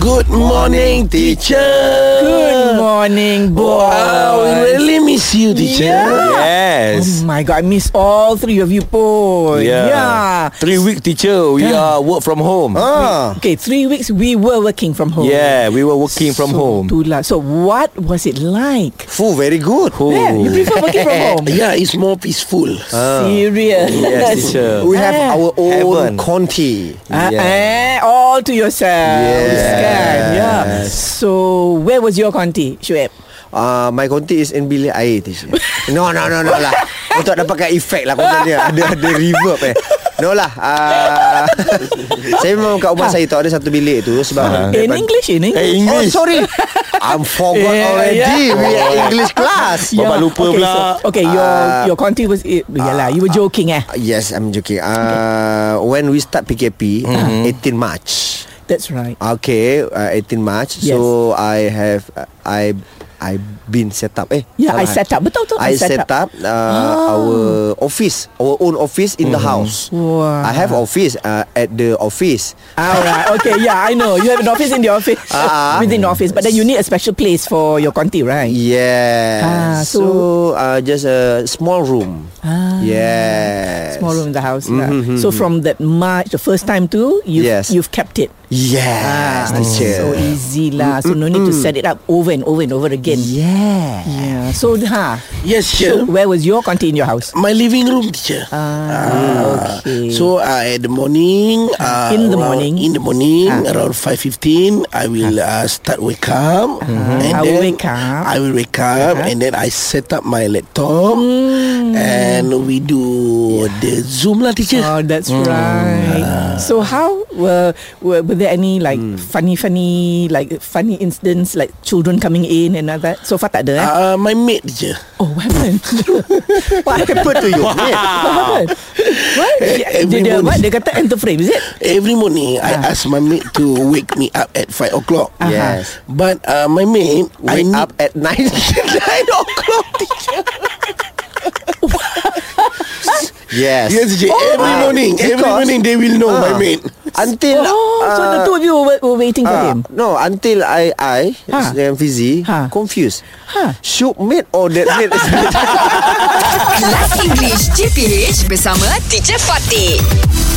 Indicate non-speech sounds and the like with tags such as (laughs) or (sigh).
Good morning, teacher. (laughs) Good morning, boy. Oh, we really miss you, teacher. Yeah. Yes. Oh my god, I miss all three of you, boy. yeah. Three week, teacher. We are work from home. Ah. Okay, three weeks we were working from home. Yeah, we were working from so, home. Itulah. So what was it like? Fuh, very good. Oh. Yeah, you prefer working from (laughs) home? Yeah, it's more peaceful. (laughs) Serious. Yes, teacher. We have Yeah. our own Heaven. conti. Ah, Yeah. eh, all to yourself. Yes. Kan? Yeah. So where was your conti, Shuib? Uh, my conti is in bilik air teacher. (laughs) No, no, no, no lah. Untuk dapatkan efek lah konten dia. Ada ada reverb eh. No lah. Uh, (laughs) saya memang kat rumah saya tu ada satu bilik tu sebab In Ah. Eh, English, in English. Eh, English. Oh sorry. I'm forgot Yeah, already. yeah. We are English class. Bapak lupa okay, pula. Ah. So, okay, your Ah. your conti was it. Yalah, you were joking eh. Yes, I'm joking. Uh, when we start PKP, Mm-hmm. 18 March. That's right. Okay, uh, 18 March. Yes. So I have uh, I I been set up. Eh, Yeah, I salah. set up. Ah. Betul tu, I, set, up, uh, our office, our own office in the house. Wah. I have office uh, at the office. Alright, okay, yeah, I know. You have an office in the office, (laughs) Ah, ah. within the office, but then you need a special place for your conti, right? Yes. Ah, so uh, just a small room. Ah, Yes. Small room in the house. yeah. So from that March, the first time too, you've, Mm-hmm, Yes. you've kept it. Yes, teacher. Ah. so e- easy lah. So no need to set it up over and over and over again. yeah. Yeah. So ha, Yes, so sure. where was your conti in your house? My living room, teacher. Ah, okay. So uh, at the morning, uh, Ah. In the around- morning. Ah. in the morning around five fifteen, I will uh, start wake up, and Mm-hmm. I will then wake up. Uh-huh. I will wake up, and then I set up my laptop, and we do the Zoom lah, teacher. Mm. Oh, that's Hmm. right. Ah. so how were, were were there any like Hmm. funny, funny, like funny incidents, like children coming in and all that? So far tak ada. Eh? Ah. Uh, my maid, teacher. oh, what (laughs) happened? what happened? Put to you. Yeah. What happened? What? Dia, dia, dia, Everyone- what? Dia kata enter frame, is it? Every morning, I ask my maid to wake me up at five o'clock. Ah. Yes. But uh, my maid, I Wake need up (laughs) at nine. nine o'clock, teacher. yes. (laughs) Yes, Oh teacher. every my- morning, every because- morning they will know my Ah. maid. Until Oh, so the uh, two of you were, were waiting for Ah, him. No, until I I Ha. and Fizi Ha. confused. Ha. Shoot mate or that mate? (laughs) Kelas English JPH bersama Teacher Fatih.